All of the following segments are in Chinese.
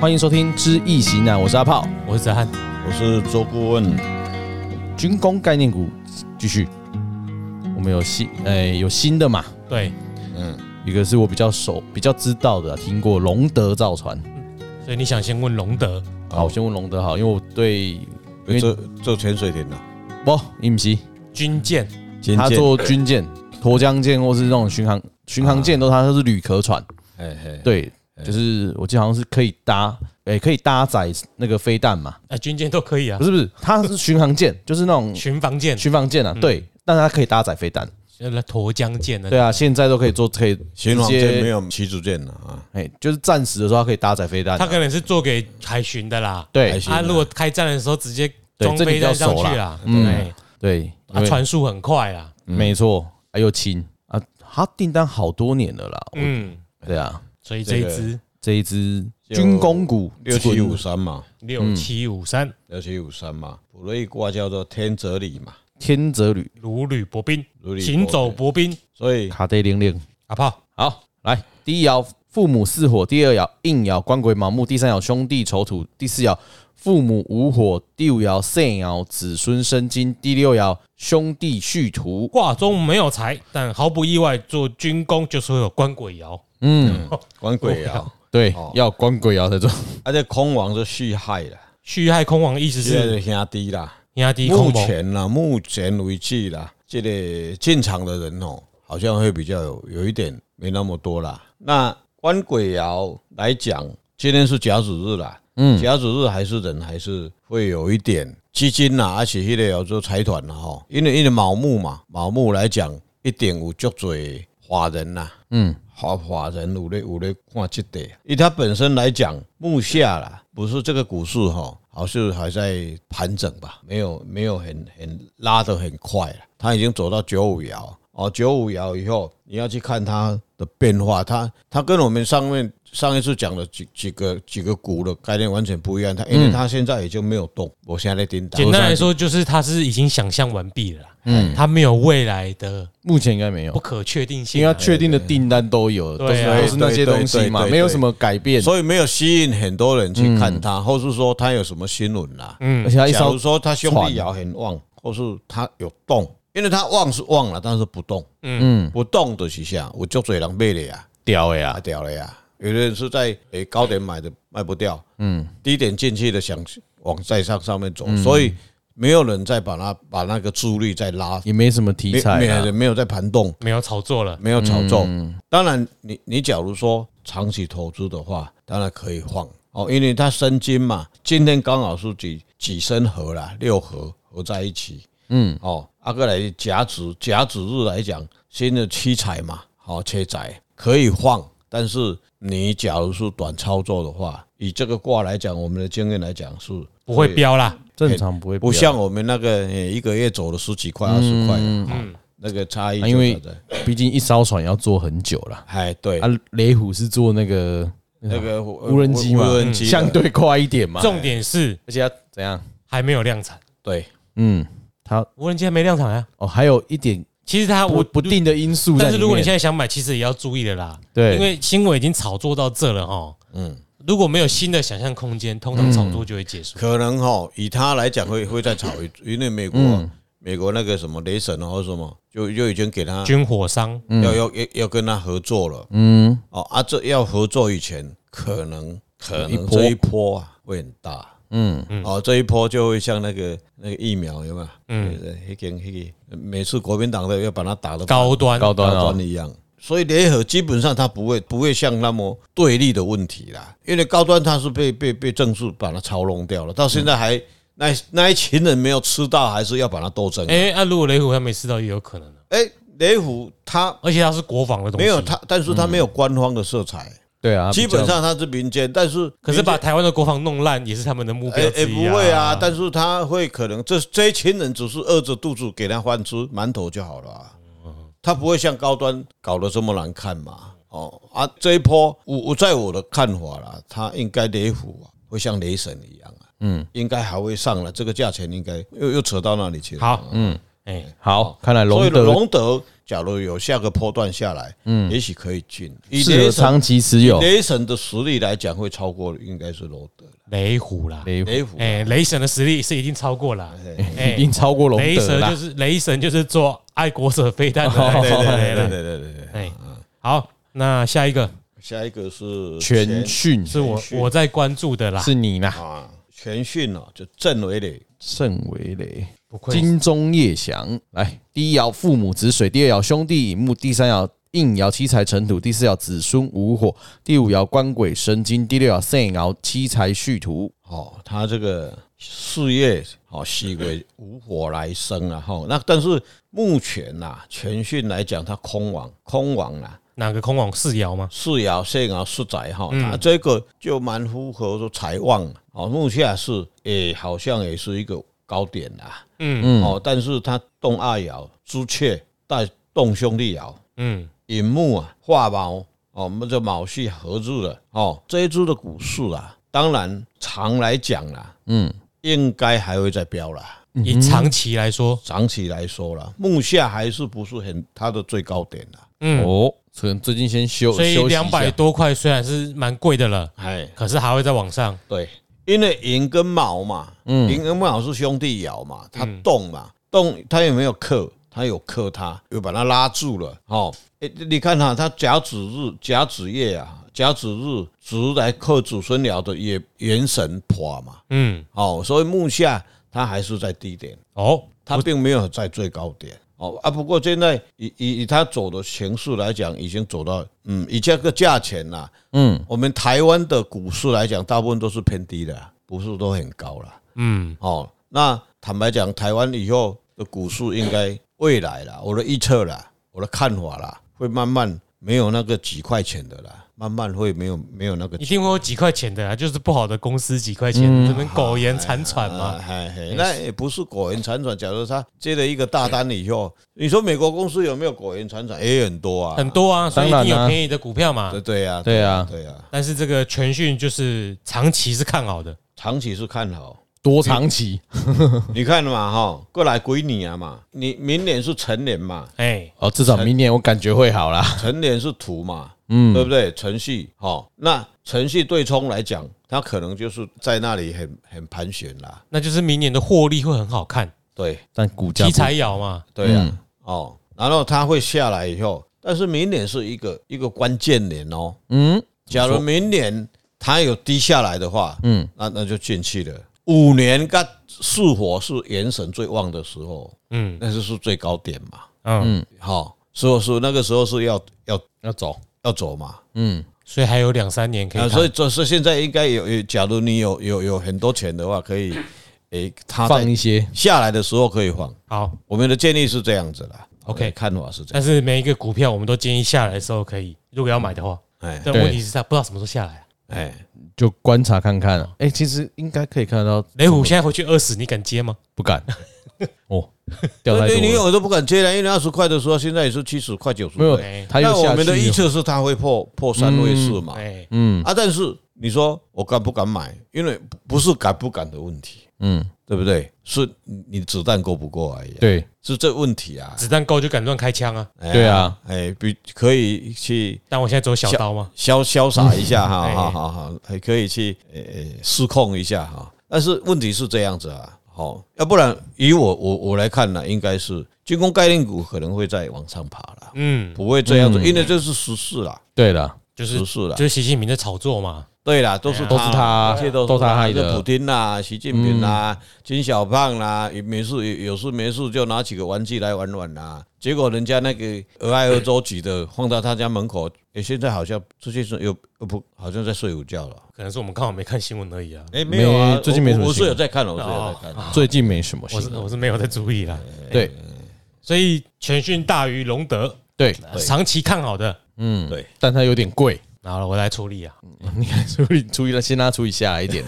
欢迎收听《知易行难》，我是阿炮。我是子涵，我是周顾问，军工概念股继续，我们有新诶、有新的嘛？对，嗯，一个是我比较熟、比较知道的，啊听过龙德造船。所以你想先问龙德，好，我先问龙德好，因为我对因为做做潜水艇的，啊不，伊不是军舰尖他剑，做军舰、沱江舰或是那种巡航巡航舰，都他都是铝壳船。啊嘿嘿，对，就是我记得好像是可以搭，诶、可以搭载那个飞弹嘛？啊，军舰都可以啊不，是不是，它是巡航舰，就是那种巡防舰、嗯巡防舰嗯啊。对，但它可以搭载飞弹。呃沱江舰啊，对啊，现在都可以做，可以直巡航舰没接，有旗主舰的啊，哎，就是暂时的时候它可以搭载飞弹啊。它可能是做给海巡的啦。对还行啊，如果开战的时候直接装对这你飞比较弹上熟去啦啦，嗯对，对，嗯因啊，为传输很快啦。没错，啊又轻啊，它订单好多年了啦。嗯，对啊，所以这一支这一支军工股六七五三嘛，六七五三六七五三嘛，普瑞卦叫做天泽里嘛，天泽旅如履薄冰，如履薄冰行走薄冰，所以卡得零零。阿炮好，来第一爻父母巳火，第二爻应爻官鬼卯木，第三爻兄弟丑土，第四爻父母午火，第五爻肾爻子孙生金，第六爻兄弟戌土。卦中没有财，但毫不意外，做军工就是会有官鬼爻。嗯，官鬼 爻，对，哦要官鬼爻才中。而且空王是续亥了，戌亥空亡意思这是个兄弟啦，压低空目谋，前啦，目前为止啦，这个进场的人哦，好像会比较有有一点没那么多啦。那官鬼爻来讲，今天是甲子日啦，嗯，甲子日还是人还是会有一点基金啦，而且迄个有做财团啦吼，因为因为卯木嘛，卯木来讲一定有足多华人啦，嗯，华华人有咧有咧看这个，以它本身来讲，目下啦，不是这个股市哈，好像还在盘整吧，没有没有很很拉得很快了，它已经走到九五爻哦，九五爻以后你要去看它的变化，它它跟我们上面上一次讲的几几个几个股的概念完全不一样，它因为它现在已经没有动，我现在在盯嗯简单单，来说，就是它是已经想象完毕了啦，嗯，它没有未来的目前应该没不有，可确定因性为啊它。确定的订单都有，都是对啊都是那些东西嘛，对对对对对没有什么改变。所以没有吸引很多人去嗯看它，或是说它有什么新闻啦，而且它一假艘如说他兄弟爻很旺，或是他有动，因为他旺是旺了，但是不动，嗯不动的是下，我就嘴狼卖了呀，屌哎呀打，掉了呀。啊有的人是在诶、高点买的卖不掉，嗯，低点进去的想往再上上面走，嗯所以没有人再把它把那个注意力再拉，也没什么题没材没有啊。人没有在盘动，没有炒作了，没有炒作。当然你，你假如说长期投资的话，当然可以放哦，因为它生金嘛，今天刚好是几几生合啦，六合合在一起。嗯，哦，阿哥来甲子甲子日来讲，新的七彩嘛，好、哦、七彩可以放，但是你假如是短操作的话，以这个卦来讲，我们的经验来讲是不会飙啦。正常不会不飙像我们那个、诶一个月走了十几块、二十块，嗯，那个差异就因为在这，毕竟一艘船要做很久了哎，对啊。雷虎是做那个那个啊无人机嘛无人，机的相对快一点嘛。重点是而且它怎样？还没有量产，对嗯，它无人机还没量产啊。哦，还有一点其实它不我不，定的因素在里面。但是如果你现在想买，其实也要注意的啦，对，因为新闻已经炒作到这了哈。嗯，如果没有新的想象空间，通常炒作就会结束。可能哈，以他来讲会会再炒一，因为美国、嗯美国那个什么雷神啊或者什么，就就已经给他军火商要要要要跟他合作了。嗯，哦啊，这要合作以前，可能可一能波这一波啊会很大。嗯，哦，这一波就会像那个那个疫苗有没有？嗯，那个那个每次国民党的要把它打的高端高端高哦端，一样。所以联合基本上它不会不会像那么对立的问题啦，因为高端它是被被被政治把它操弄掉了，到现在还那那一群人没有吃到，还是要把它斗争。哎、哎，啊，如果雷虎还没吃到，也有可能啊雷虎它而且它是国防的东西，没有它，但是它没有官方的色彩，对啊，基本上它是民间，但是可是把台湾的国防弄烂也是他们的目哎标哎之不一会啊，但是他会可能这这一群人只是饿着肚子给他饭吃馒头就好了、啊，他不会像高端搞得这么难看嘛。哦啊，这一波我我在我的看法啦，他应该雷虎啊会像雷神一样啊，嗯，应该还会上了，这个价钱应该又又扯到那里去了。好，嗯，哎，好，看来所以龙德隆德假如有下个波段下来，嗯，也许可以进。以适合雷神长期持有。雷神的实力来讲，会超过应该是隆德雷虎啦，雷哎雷虎。哎，雷神的实力是一定超过了，一定超过龙雷德神啦就。是雷神就是做爱国者飞弹的哦那对种对对人对了，对对对对。哎，好，那下一个下一个是全讯是我我在关注的啦，是你啦，啊，全讯哦，就郑伟磊，盛维雷。不愧金钟夜翔，来，第一爻父母子水，第二爻兄弟乙木，第三爻应爻七财尘土，第四爻子孙午火，第五爻官鬼神金，第六爻肾爻七财戌土。哦，他这个事业哦，是个无火来生啊，哈、那但是目前呐、全讯来讲，他空亡，空亡啊，哪个空网四爻吗？四爻、肾爻、四宅哈，嗯他这个就蛮符合说财旺啊哦，目下是也好像也是一个高点啊，嗯嗯，哦，但是他动二爻、朱雀带动兄弟爻，嗯，寅木啊、化卯哦，我们这卯系合住了哦。这一株的股市啊，当然长来讲啦，嗯，应该还会再飙啦。嗯以长期来说，长期来说啦，目下还是不是很它的最高点啦。嗯，哦，可能最近先休所以休息两一百下。多块虽然是蛮贵的了，哎，可是还会再往上。对，因为寅跟卯嘛，嗯，寅跟卯是兄弟爻嘛，它动嘛，动它有没有克？它有克它，又把它拉住了。哦，诶你看哈、它甲子日、甲子夜啊，甲子日直来克祖孙爻的也元神破嘛，嗯，哦，所以目下它还是在低点，哦，它并没有在最高点。哦啊，不过现在以以以它走的形势来讲，已经走到嗯，以这个价钱啦、嗯，我们台湾的股市来讲，大部分都是偏低的啊，不是都很高了。嗯，哦，那坦白讲，台湾以后的股市应该未来啦，我的预测啦，我的看法啦，会慢慢没有那个几块钱的啦，慢慢会没有没有那个一定会有几块钱的啊，就是不好的公司几块钱，嗯这边苟延残喘哎啊，嘛。嘿嘿，那也不是苟延残喘。假如他接了一个大单以后，哎你说美国公司有没有苟延残喘？也很多啊，很多啊，所以一定哎当然有啊便宜的股票嘛对。对呀，对啊对呀，但是这个全讯就是长期是看好的，长期是看好。多长期？你看嘛，哈，过来归你啊嘛，你明年是成 年嘛，哎，哦，至少明年我感觉会好啦。成年是图嘛，嗯，对不对？程序，哈，那程序对冲来讲，它可能就是在那里很很盘旋啦，那就是明年的获利会很好看，对但股价题不材爻嘛。对呀，哦，然后它会下来以后，但是明年是一个一个关键年哦，嗯，假如明年它有低下来的话，嗯，那那就进去了。五年干是火是元神最旺的时候，嗯那就是最高点嘛，嗯，哈、所以说那个时候是要要要走。要走嘛，嗯，所以还有两三年可以啊，看。所以就是现在应该有有，假如你有有有很多钱的话，可以，诶、它放一在些。下来的时候可以放。好，我们的建议是这样子啦 OK 我的看法是这样，但是每一个股票我们都建议下来的时候可以，如果要买的话，哎但对问题是它不知道什么时候下来啊。哎，就观察看看啊，哎、其实应该可以看得到，雷虎现在回去二十，你敢接吗？不敢哦，掉太对你多了，我都不敢接了，因为二十块的时候，现在也是七十块九十没有块。，它又那我下们的去预了，测是它会破破三位数嘛，哎，嗯啊，但是你说我敢不敢买？因为不不是敢不敢的问题，嗯，对不对？是你你子弹够不够而已、，啊对，是这问题啊。子弹够就敢乱开枪啊！哎呀对啊，哎，比可以去但我现在走小刀吗？潇潇洒一下哈，哎好好好，还可以去呃呃失控一下哈。但是问题是这样子啊，好，要不然以我我我来看呢，应该是军工概念股可能会再往上爬了，嗯，不会这样子，因为这是时事啦，对了，就是时事啦就。是习近平在炒作嘛。对啦，都是都是他一切都啊都是他害就的嗯普京啦、习近平啦、金小胖啦，有没事有有事没事就拿几个玩具来玩玩啦。结果人家那个俄亥俄州籍的放到他家门口，诶，现在好像最近是又又不好像在睡午觉了。可能是我们刚好没看新闻而已啊。诶，没有啊，没最近没什么我我是新闻有在看，哦我是有在看。最近没什么我是新闻，我是没有在注意啦。对所以全讯大于隆德，对，长期看好的。嗯对，但它有点贵，好了，我来处理啊， 你看处理处理了，先让它处理下来一点，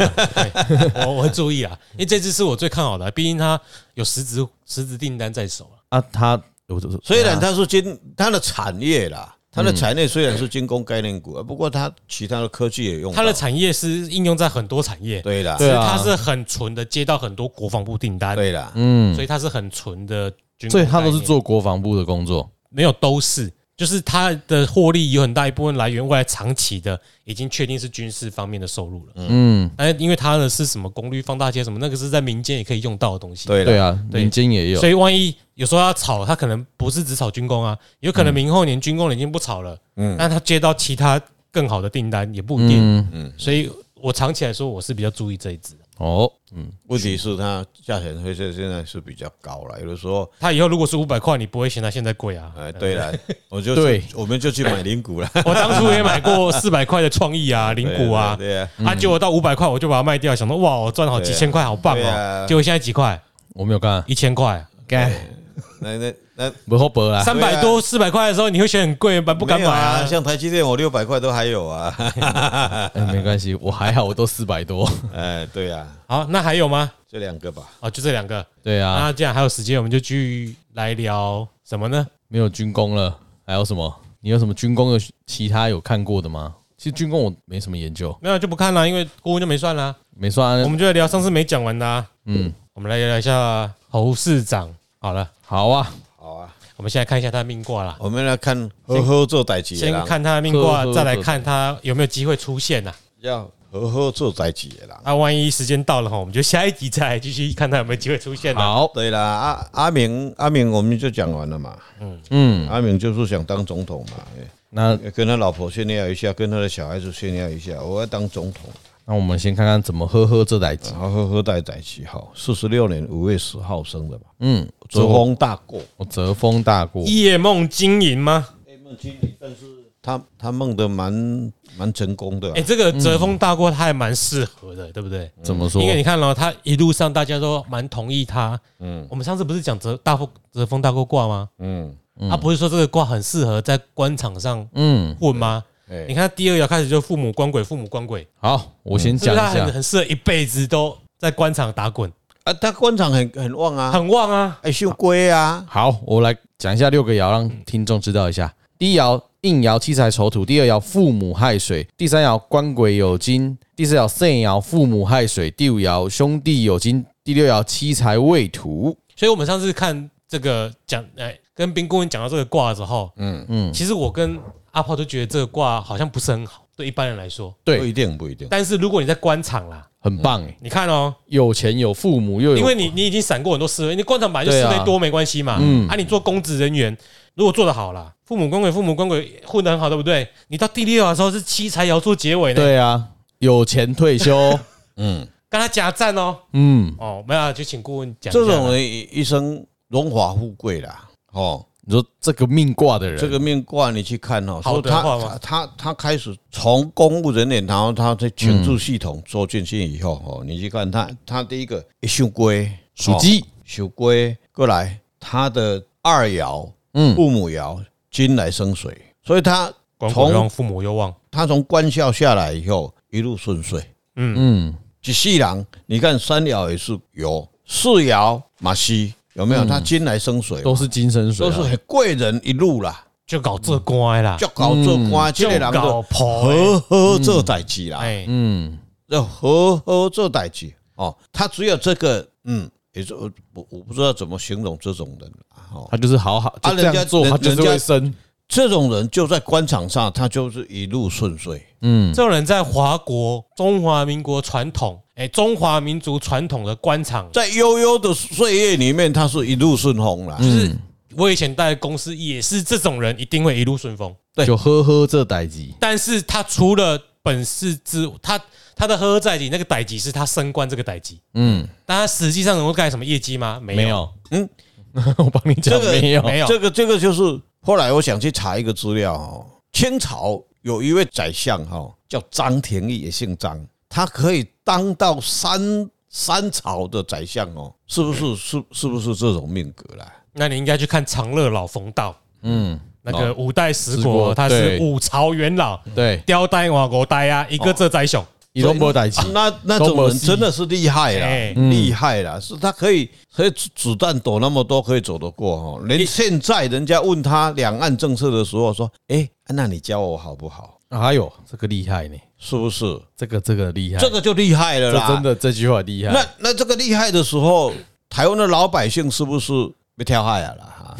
我我会注意啊，因为这只是我最看好的啊，毕竟它有实质实质订单在手 啊。啊，它我就虽然它是金，它的产业嗯啦，它的产业虽然是军工概念股，不过它其他的科技也用到。它的产业是应用在很多产业，对啦，只对是啊它是很纯的接到很多国防部订单，对啦，嗯所以它是很纯的军所以他概都是念做国防部的工作。没有都是，就是它的获利有很大一部分来源未来长期的已经确定是军事方面的收入了。嗯，但是因为它的是什么功率放大器什么，那个是在民间也可以用到的东西。对对了，啊，对民间也有所。以万一有时候要炒，他可能不是只炒军工啊，有可能嗯明后年军工已经不炒了，嗯，但他接到其他更好的订单也不一定，嗯，所以我长期来说我是比较注意这一支的。哦，问题是它价钱会是现在是比较高了，有的时候，他以后如果是五百块，你不会嫌它现在贵 啊？哎，对 了，我就对去我们就去买零股了，我当初也买过四百块的创意啊、 零股啊， 对啊，啊，结果到五百块我就把它卖掉，想说哇，我赚好几千块，好棒对哦啊！结果现在几块，我没有看，一千块，干那那那不好博啦。三百多、四百块的时候，你会觉得很贵，买不敢啊没买有啊啊，？像台积电我六百块都还有啊， 哎， 没关系，我还好，我都四百多。哎，对啊，好，那还有吗？这两个吧，哦，就这两个。对啊，那既然还有时间，我们就继续来聊什么呢？没有军工了，还有什么？你有什么军工的其他有看过的吗？其实军工我没什么研究，没有就不看了，因为顾问就没算啦。没算我啊。们就来聊上次没讲完的、啊。嗯，我们来聊一下侯市长。好了，好啊，好啊，我们现在看一下他的命卦啦。我们来看呵呵做代志的先人，看他的命卦哦呵，呵再来看他有没有机会出现呐、啊。要呵呵做代志的人。那万一时间到了哈，我们就下一集再来继续看他有没有机会出现啊。好，对啦，阿阿明阿明我们就讲完了嘛，嗯，阿明就是想当总统嘛，那哎跟他老婆炫耀一下，跟他的小孩子炫耀一下，我要当总统。那我们先看看怎么呵呵这台机。然后呵呵代在几号？四十六年五月十号生的吧，嗯，泽风大过。我折风大过，夜梦经营吗？哎他他梦的蛮蛮成功的啊、嗯哎、这个折风大过他还蛮适合的，对不对？怎么说因？为你看了、他一路上大家都蛮同意他。嗯，我们上次不是讲折大风折风大过卦吗？嗯，他不是说这个卦很适合在官场上嗯，混吗？哎你看第二爻开始就父母官鬼，父母官鬼，好，我先是不讲嗯一是他很下。很适合一辈子都在官场打滚，啊，他官场很很旺啊，很旺啊？哎，秀龟啊，好，我来讲一下六个爻，让听众知道一下。第一爻应爻七财丑土，第二爻父母亥水，第三爻官鬼酉金，第四爻肾爻父母亥水，第五爻兄弟酉金，第六爻七财未土。所以我们上次看这个讲，哎，跟冰顾问讲到这个卦的时候，嗯嗯，其实我跟阿炮都觉得这个卦好像不是很好，对一般人来说。不对，一定不一定，但是如果你在官场啦，很棒嗯哎，你看哦，有钱有父母又有，因为你你已经闪过很多思维，你官场本来就思对啊维多没关系嘛，嗯啊，你做公职人员如果做得好啦，父母官鬼父母官鬼混得很好，对不对？你到第六爻的时候是七财爻做结尾呢，对啊，有钱退 休，跟他夹战哦，嗯，哦，没有啊就请顾问讲一下这啦种人一一生荣华富贵啦，哦，你说这个命卦的人，这个命卦你去看哦，好说的他话吗他他他开始从公务人员，然后他在情治系统做进去以后哦，你去看他他第一个哎秀龟属鸡，秀龟过来，他的二爻嗯父母爻金来生水，所以他官鬼从旺，父母又旺，他从官校下来以后一路顺遂，嗯，一世人你看三爻也是有，四爻马西有没有？他金来生水嘛，都是金生水都啊，是很贵人一路啦，就搞这官啦，就搞做官，嗯这个人嗯就就搞婆欸呵呵做代志啦，哎，嗯，要呵呵做代志哦。他只有这个，嗯，也是我我我不知道怎么形容这种人啦哦。他就是好好就啊这人样家做，人他就是人家会生，这种人就在官场上，他就是一路顺遂。嗯哎这种人在华国中华民国传统，哎，中华民族传统的官场，在悠悠的岁月里面，他是一路顺风啦。嗯。我以前待的公司也是这种人，一定会一路顺风。对就呵呵这代志，但是他除了本事之，他他的呵呵在己那个歹级是他升官这个歹级，嗯，但他实际上能够干什么业绩吗？没有，没有，嗯， 我帮你讲这个没有，没有这个这个就是后来我想去查一个资料哦，清朝有一位宰相哈、哦，叫张廷玉，也姓张，他可以当到三三朝的宰相哦，是不是？是是不是这种命格啦？那你应该去看长乐老冯道，嗯，那个五代十十国，国他对是五朝元老，对，雕呆瓦国呆啊，一个这宰相，移动波代志，那那种人真的是厉害哎啦，厉害啦！是他可以可以子子弹躲那么多，可以走得过哦。连现在人家问他两岸政策的时候说：“哎，那你教我好不好哎呦，这个厉害呢，？”是不是？这个这个厉害，这个就厉害了这啦！真的这句话厉害，那那这个厉害的时候，台湾的老百姓是不是要跳海啊啦，哈，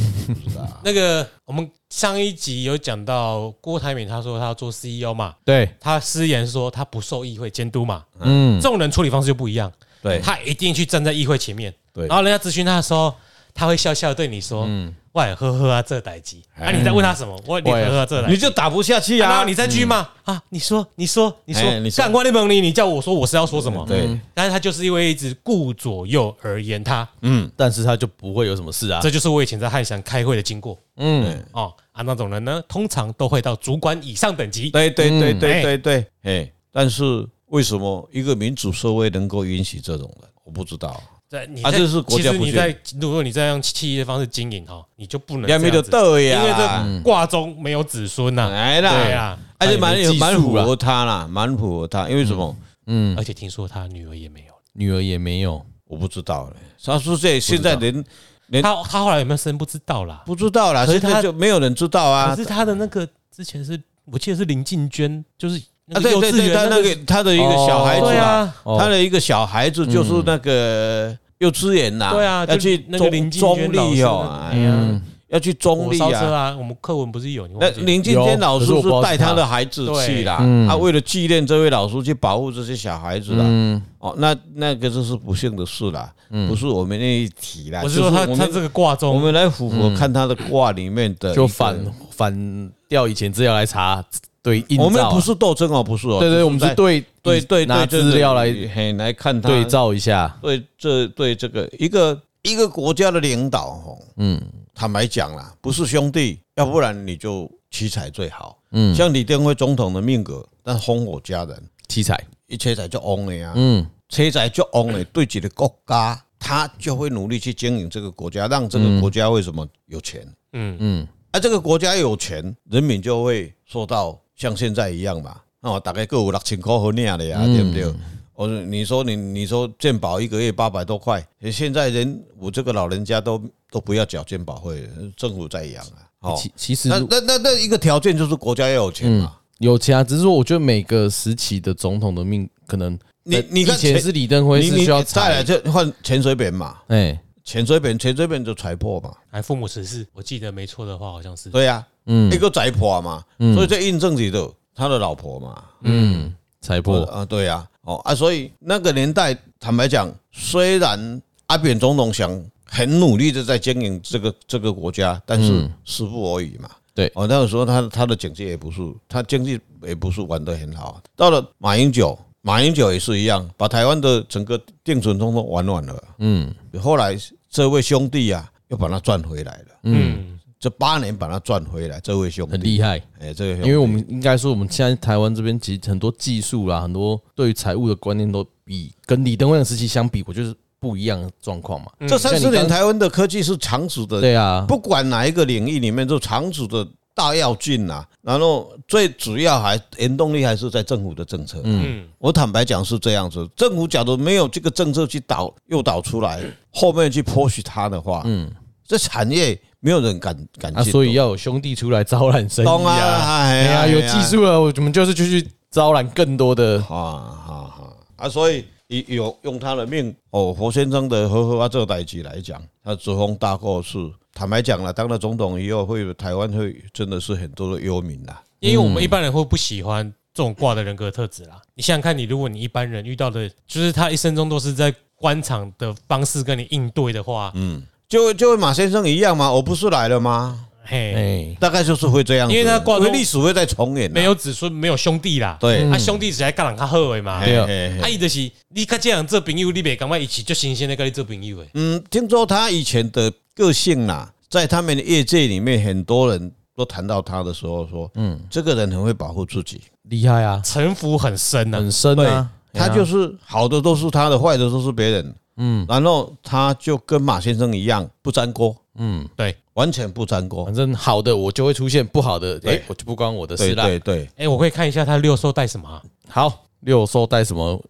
是啊， 那个我们上一集有讲到郭台铭，他说他要做 CEO 嘛，对，他私言说他不受议会监督嘛，嗯这，种人处理方式就不一样，对他一定去站在议会前面，对嗯然后人家咨询他的时候，他会笑笑地对你说：“喂，呵呵啊，这代机。”哎啊，你在问他什么？我你呵呵啊这代你志。就打不下去啊然后啊，你再继续骂啊！你说，你说，你哎说你，说干官你蒙你，你叫我说我是要说什么？嗯对，但是他就是因为一直顾左右而言他，嗯但是他就不会有什么事啊。这就是我以前在汉翔开会的经过嗯，哎哦。啊，那种人呢，通常都会到主管以上等级。对对对嗯对对对，哎，但是为什么一个民主社会能够允许这种人？我不知道，对，你啊在这是国其家实不你屑在如果你再用企业的方式经营哈，你就不能两米这的样子道呀，因为这卦中没有子孙啊呐。哎啦，对啦，而且他也没技蛮啊术蛮符啦合他啦，蛮符合他，因为什嗯么？嗯而且听说他女儿也没有。女儿也没有，我不知道嘞。他说这现在连他他后来有没有生不知道啦，不知道啦，可是现他在就没有人知道可。啊是他的那个之前是我记得是林静娟，就是啊，那个对幼对稚对，园他那个他的一个小孩子对啊，啊，嗯哦他的一个小孩子就是那个幼稚园呐，对啊，要就去那个中林静娟中老立师哦那，哎个，嗯，要去中火立烧车啊。啊，我们课文不是有你忘那记了林敬天老师有可是是我不知道带是他他的孩子去啦对嗯，他为了纪念这位老师，去保护这些小孩子啦。嗯，哦，那那个就是不幸的事啦，不是我们那一提啦。我是说啊就他我他们这个卦我中，们来符合看他的卦里面的一嗯个，就反反调以前资料来查，对，映照啊我们不，是斗争哦，不是哦，对只对，在我们是对对对拿对资料来嘿来看他对照一下，对这对这个一个一个国家的领导哦，嗯坦白讲啦，不是兄弟，要不然你就奇才最好。嗯，像李登辉总统的命格，但烽火家人，题材，一切才就翁了呀，嗯车仔就翁了，对自己的国家，他就会努力去经营这个国家，让这个国家为什么有钱？嗯，嗯啊，这个国家有钱，人民就会受到像现在一样嘛，哦，大概各有六千块好领的呀，啊嗯对不对？我说，你说你你说健保一个月八百多块，现在人我这个老人家都都不要缴健保费了，政府在养啊。哦，其其实嗯那那那那一个条件就是国家要有钱嘛。有其他，只是说我觉得每个时期的总统的命可能，你你看以前钱是李登辉你是你需要再裁，来就换潜水扁嘛，哎，潜水扁潜水扁就裁破嘛，哎，父母十事，我记得没错的话，好像是对呀、嗯一个裁破嘛，所以这印证起的他的老婆嘛，嗯，裁破，啊，对呀、哦啊，所以那个年代，坦白讲，虽然阿扁总统想很努力的在经营这个这个国家，但是时不我已嘛。嗯对哦，那个时候他他的经济也不是，他经济也不是玩得很好啊。到了马英九，马英九也是一样，把台湾的整个定存通通玩完了。嗯后来这位兄弟啊，又把他赚回来了，嗯，这八年把他赚回来，这位兄弟很厉害。哎，这个兄弟因为我们应该说，我们现在台湾这边其实很多技术啦，很多对于财务的观念都比跟李登辉的时期相比，我觉得是不一样的状况嘛。这三十嗯像你刚年台湾的科技是长足的对啊，嗯不管哪一个领域里面，就长足的大要进呐、然后最主要还原动力还是在政府的政策。嗯，我坦白讲是这样子，政府假如没有这个政策去导诱导出来，后面去 push 它的话，嗯，这产业没有人敢敢啊，进入。所以要有兄弟出来招揽生懂意啊，啊。哎哎呀，有技术了，我们就是就去招揽更多的啊啊啊啊！所以以有用他的命哦，侯先生的和和啊这代际来讲，他直风大过是坦白讲了，当了总统以后，会台湾会真的是很多的忧民啦。因为我们一般人会不喜欢这种卦的人格特质啦。你想想看，你如果你一般人遇到的，就是他一生中都是在官场的方式跟你应对的话，嗯就就跟马先生一样嘛，我不是来了吗？嘿，哎，大概就是会这样子，因为他挂因为钟历史会在重演啊，没有子孙，没有兄弟啦，对，他兄弟只在干人较好的嘛。对啊嘿嘿嘿啊，伊就是你甲这样做朋友，你袂感觉一起就新鲜的跟你做朋友诶。嗯，听说他以前的个性啦，在他们的业界里面，很多人都谈到他的时候说，嗯，这个人很会保护自己，厉害啊，城府很深呐、很深对啊，，他就是好的都是他的，坏的都是别人，嗯，然后他就跟马先生一样不沾锅，嗯，对，完全不沾锅反，正好的我就会出现，不好的哎对，我就不关我的对事啦。对对，哎、我可以看一下他六兽带什么、啊？好，六兽带什么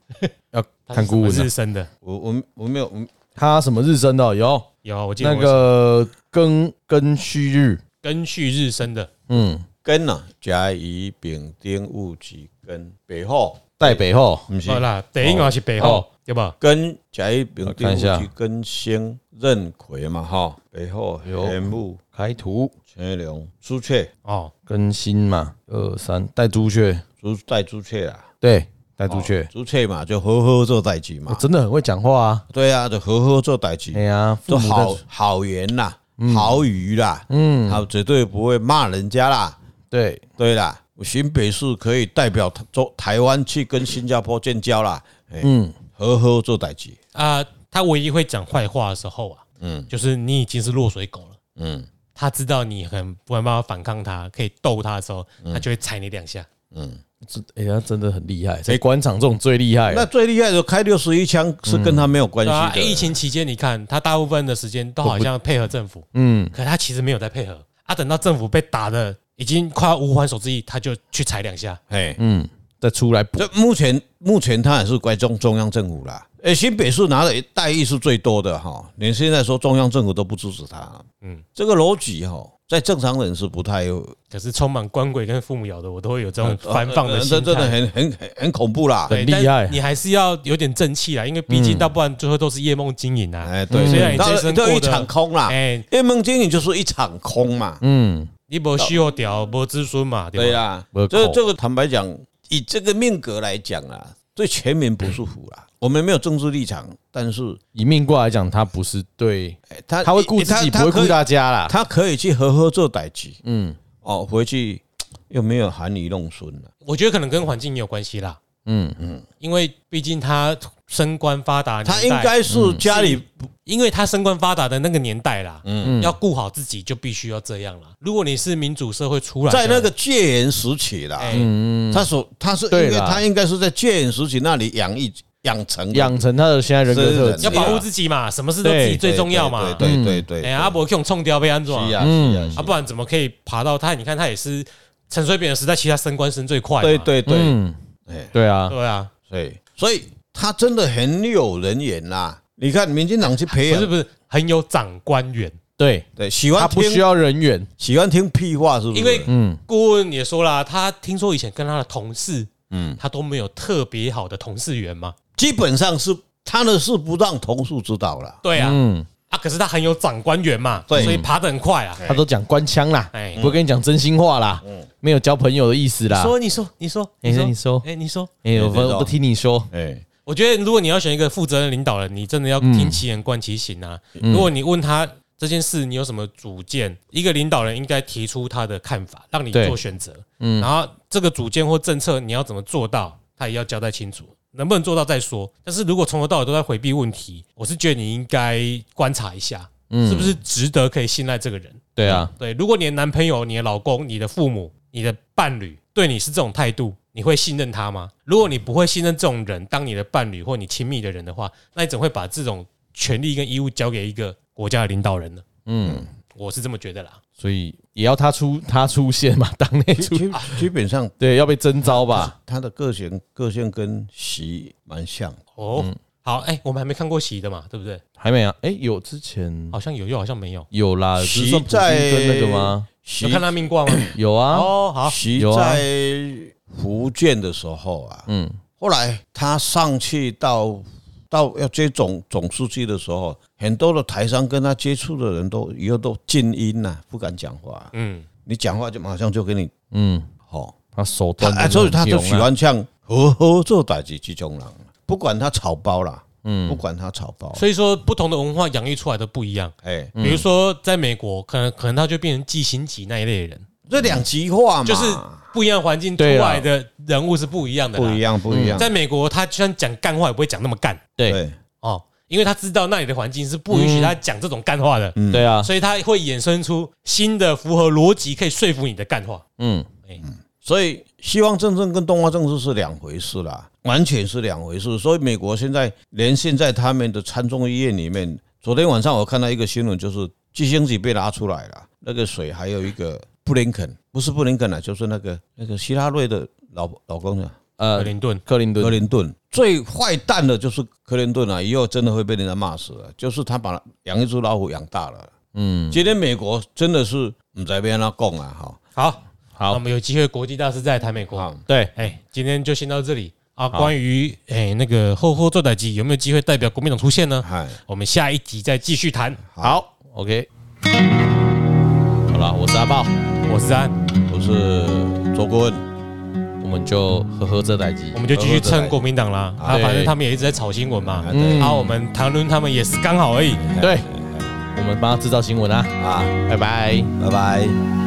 要他看是顾问什么啊日？生的我我我没有，我他什么日生的有有啊，我记得那我个庚庚戌日，根续日生的嗯，根呐、甲乙丙丁戊己庚，北后带北后，不是好啦，第一个是北后哦，对吧？跟甲乙丙我丁看一下戊己庚辛壬癸嘛哈，北后有玄武开图乾隆朱雀哦，更新嘛，二三带朱雀，朱带朱雀啦，对，带朱雀，朱雀嘛就好好做代志我嘛，真的很会讲话啊，对啊，就好好做代哎志，呀，父做母嗯好的好言啦，好语啦，嗯，他绝对不会骂人家啦，对，对啦，新北市可以代表中台湾去跟新加坡建交啦，嗯，好好做代志，啊，他唯一会讲坏话的时候啊，嗯，就是你已经是落水狗了，嗯他知道你很不能办法反抗他，可以逗他的时候，他就会踩你两下。嗯。这哎呀，真的很厉害，在官场这种最厉害了，啊那最厉害的开六十一枪是跟他没有关对啊，系的，疫情期间你看他大部分的时间都好像配合政府，嗯，可他其实没有在配合啊。等到政府被打的已经快要无还手之力，他就去踩两下。哎，嗯，再出来补，这目前目前他也是归中中央政府啦。诶，新北市拿的代议是最多的哈，连现在说中央政府都不支持他，嗯嗯，这个逻辑哈，在正常人是不太呃有可是充满官鬼跟父母咬的，我都会有这种反放的呃心这态。真的很很很很恐怖啦。对很厉害但你还是要有点正气啦，因为毕竟到不然最后都是夜梦经营啊。哎，对，虽然你到这一生就过一得场空啦。哎，叶梦经理就是一场空嘛，嗯，你无修掉，无子孙嘛，对对啊吧？呀没有，这口这个坦白讲，以这个命格来讲啊，对全民不舒服啦。我们没有政治立场，但是以命卦来讲，他不是对，哎他他会顾自己，不会顾他。大家啦，他可以去和和做代志嗯哦，回去又没有含饴弄孙了。我觉得可能跟环境也有关系啦，嗯，因为毕竟他升官发达的他年应代，该是家里因为他升官发达的那个年代啦，嗯，要顾好自己就必须要这样啦。如果你是民主社会出来的，在那个啊戒严时期啦，哎，嗯他所他是应对该啦他应该是在戒严时期那里养育养成的养成他的现在人格特质要是，啊保护自己嘛，什么事都自己最重要嘛。对对对对哎，对，阿伯用冲掉被安是装啊，啊是啊是啊啊，不然怎么可以爬到他？你看他也是陈水扁的时代，其实他升官升最快嘛，对对对，嗯哎，对啊，对啊，所以所以他真的很有人缘啦。你看民进党去培不是养，不是很有长官员，对对喜他欢不需听要人缘，喜欢听屁话是不是？因为嗯，顾问也说啦，他听说以前跟他的同事，嗯，他都没有特别好的同事缘嘛。基本上是他的事不让同事知道了。对啊，嗯，啊，可是他很有长官缘嘛，对所以爬得很快啊。他都讲官腔啦，哎，不会跟你讲真心话啦，没有交朋友的意思啦。说你说你说哎那你说哎你说，哎，我不对对对我不听你说，哎，我觉得如果你要选一个负责任领导人，你真的要听其言观其行啊。如果你问他这件事你有什么主见，一个领导人应该提出他的看法，让你对做选择。嗯，然后这个主见或政策你要怎么做到，他也要交代清楚。能不能做到再说，但是如果从头到尾都在回避问题，我是觉得你应该观察一下，是不是值得可以信赖这个人。对啊，对，如果你的男朋友、你的老公、你的父母、你的伴侣对你是这种态度，你会信任他吗？如果你不会信任这种人当你的伴侣或你亲密的人的话，那你怎么会把这种权利跟义务交给一个国家的领导人呢？嗯，我是这么觉得啦。所以也要他出他出现嘛，党内基 出基基本上啊对要被征召吧？他的个性个性跟习蛮像的，哦，好，哎、我们还没看过喜的嘛，对不对？还没啊？哎，有之前好像有，又好像没有。有啦，习是算普京跟那个吗？习有看他命卦吗？有啊， 哦，好，习有啊在福建的时候啊，嗯，后来他上去到到要接总总书记的时候，很多的台商跟他接触的人都以后都静音呐、不敢讲话。嗯，你讲话就马上就给你嗯，吼，他手他段啊，真所的以他很就强啊喜欢像呵呵做代志这种人，啊不管他草包啦，嗯，不管他草包，所以说不同的文化养育出来的不一样。哎，比如说，在美国，可能可能他就变成纪星级那一类的人，这两极化嘛，就是不一样环境出对啦来的人物是不一样的啦，不一样，不一嗯样，在美国，他就算讲干话也不会讲那么干对对。哦，因为他知道那里的环境是不允许他讲这种干话嗯的，对啊，所以他会衍生出新的符合逻辑可以说服你的干话。哎嗯，所以西方政治跟东方政治是两回事啦，完全是两回事。所以美国现在连现在他们的参众议院里面，昨天晚上我看到一个新闻，就是基辛格被拉出来了，那个谁还有一个布林肯，不是布林肯啊，就是那个那个希拉瑞的老老公啊，克呃，林顿，克林克顿，林顿。最坏蛋的就是克林顿啊，以后真的会被人家骂死了，就是他把养一只老虎养大了。嗯，今天美国真的是嗯唔知边那讲啊，哈。好，那我好，们有机会国际大师再谈美国。好哎，今天就先到这里。啊，关于诶、那个后后做代机有没有机会代表国民党出现呢？哎，我们下一集再继续谈。好，OK，好了，我是阿豹，我是安，我是周顾问，我们就呵呵这代机我，们就继续撑国民党啦。啊，反正他们也一直在炒新闻嘛，嗯啊，我们谈论他们也是刚好而已。对，我们帮他制造新闻啊，啊，拜拜。拜拜。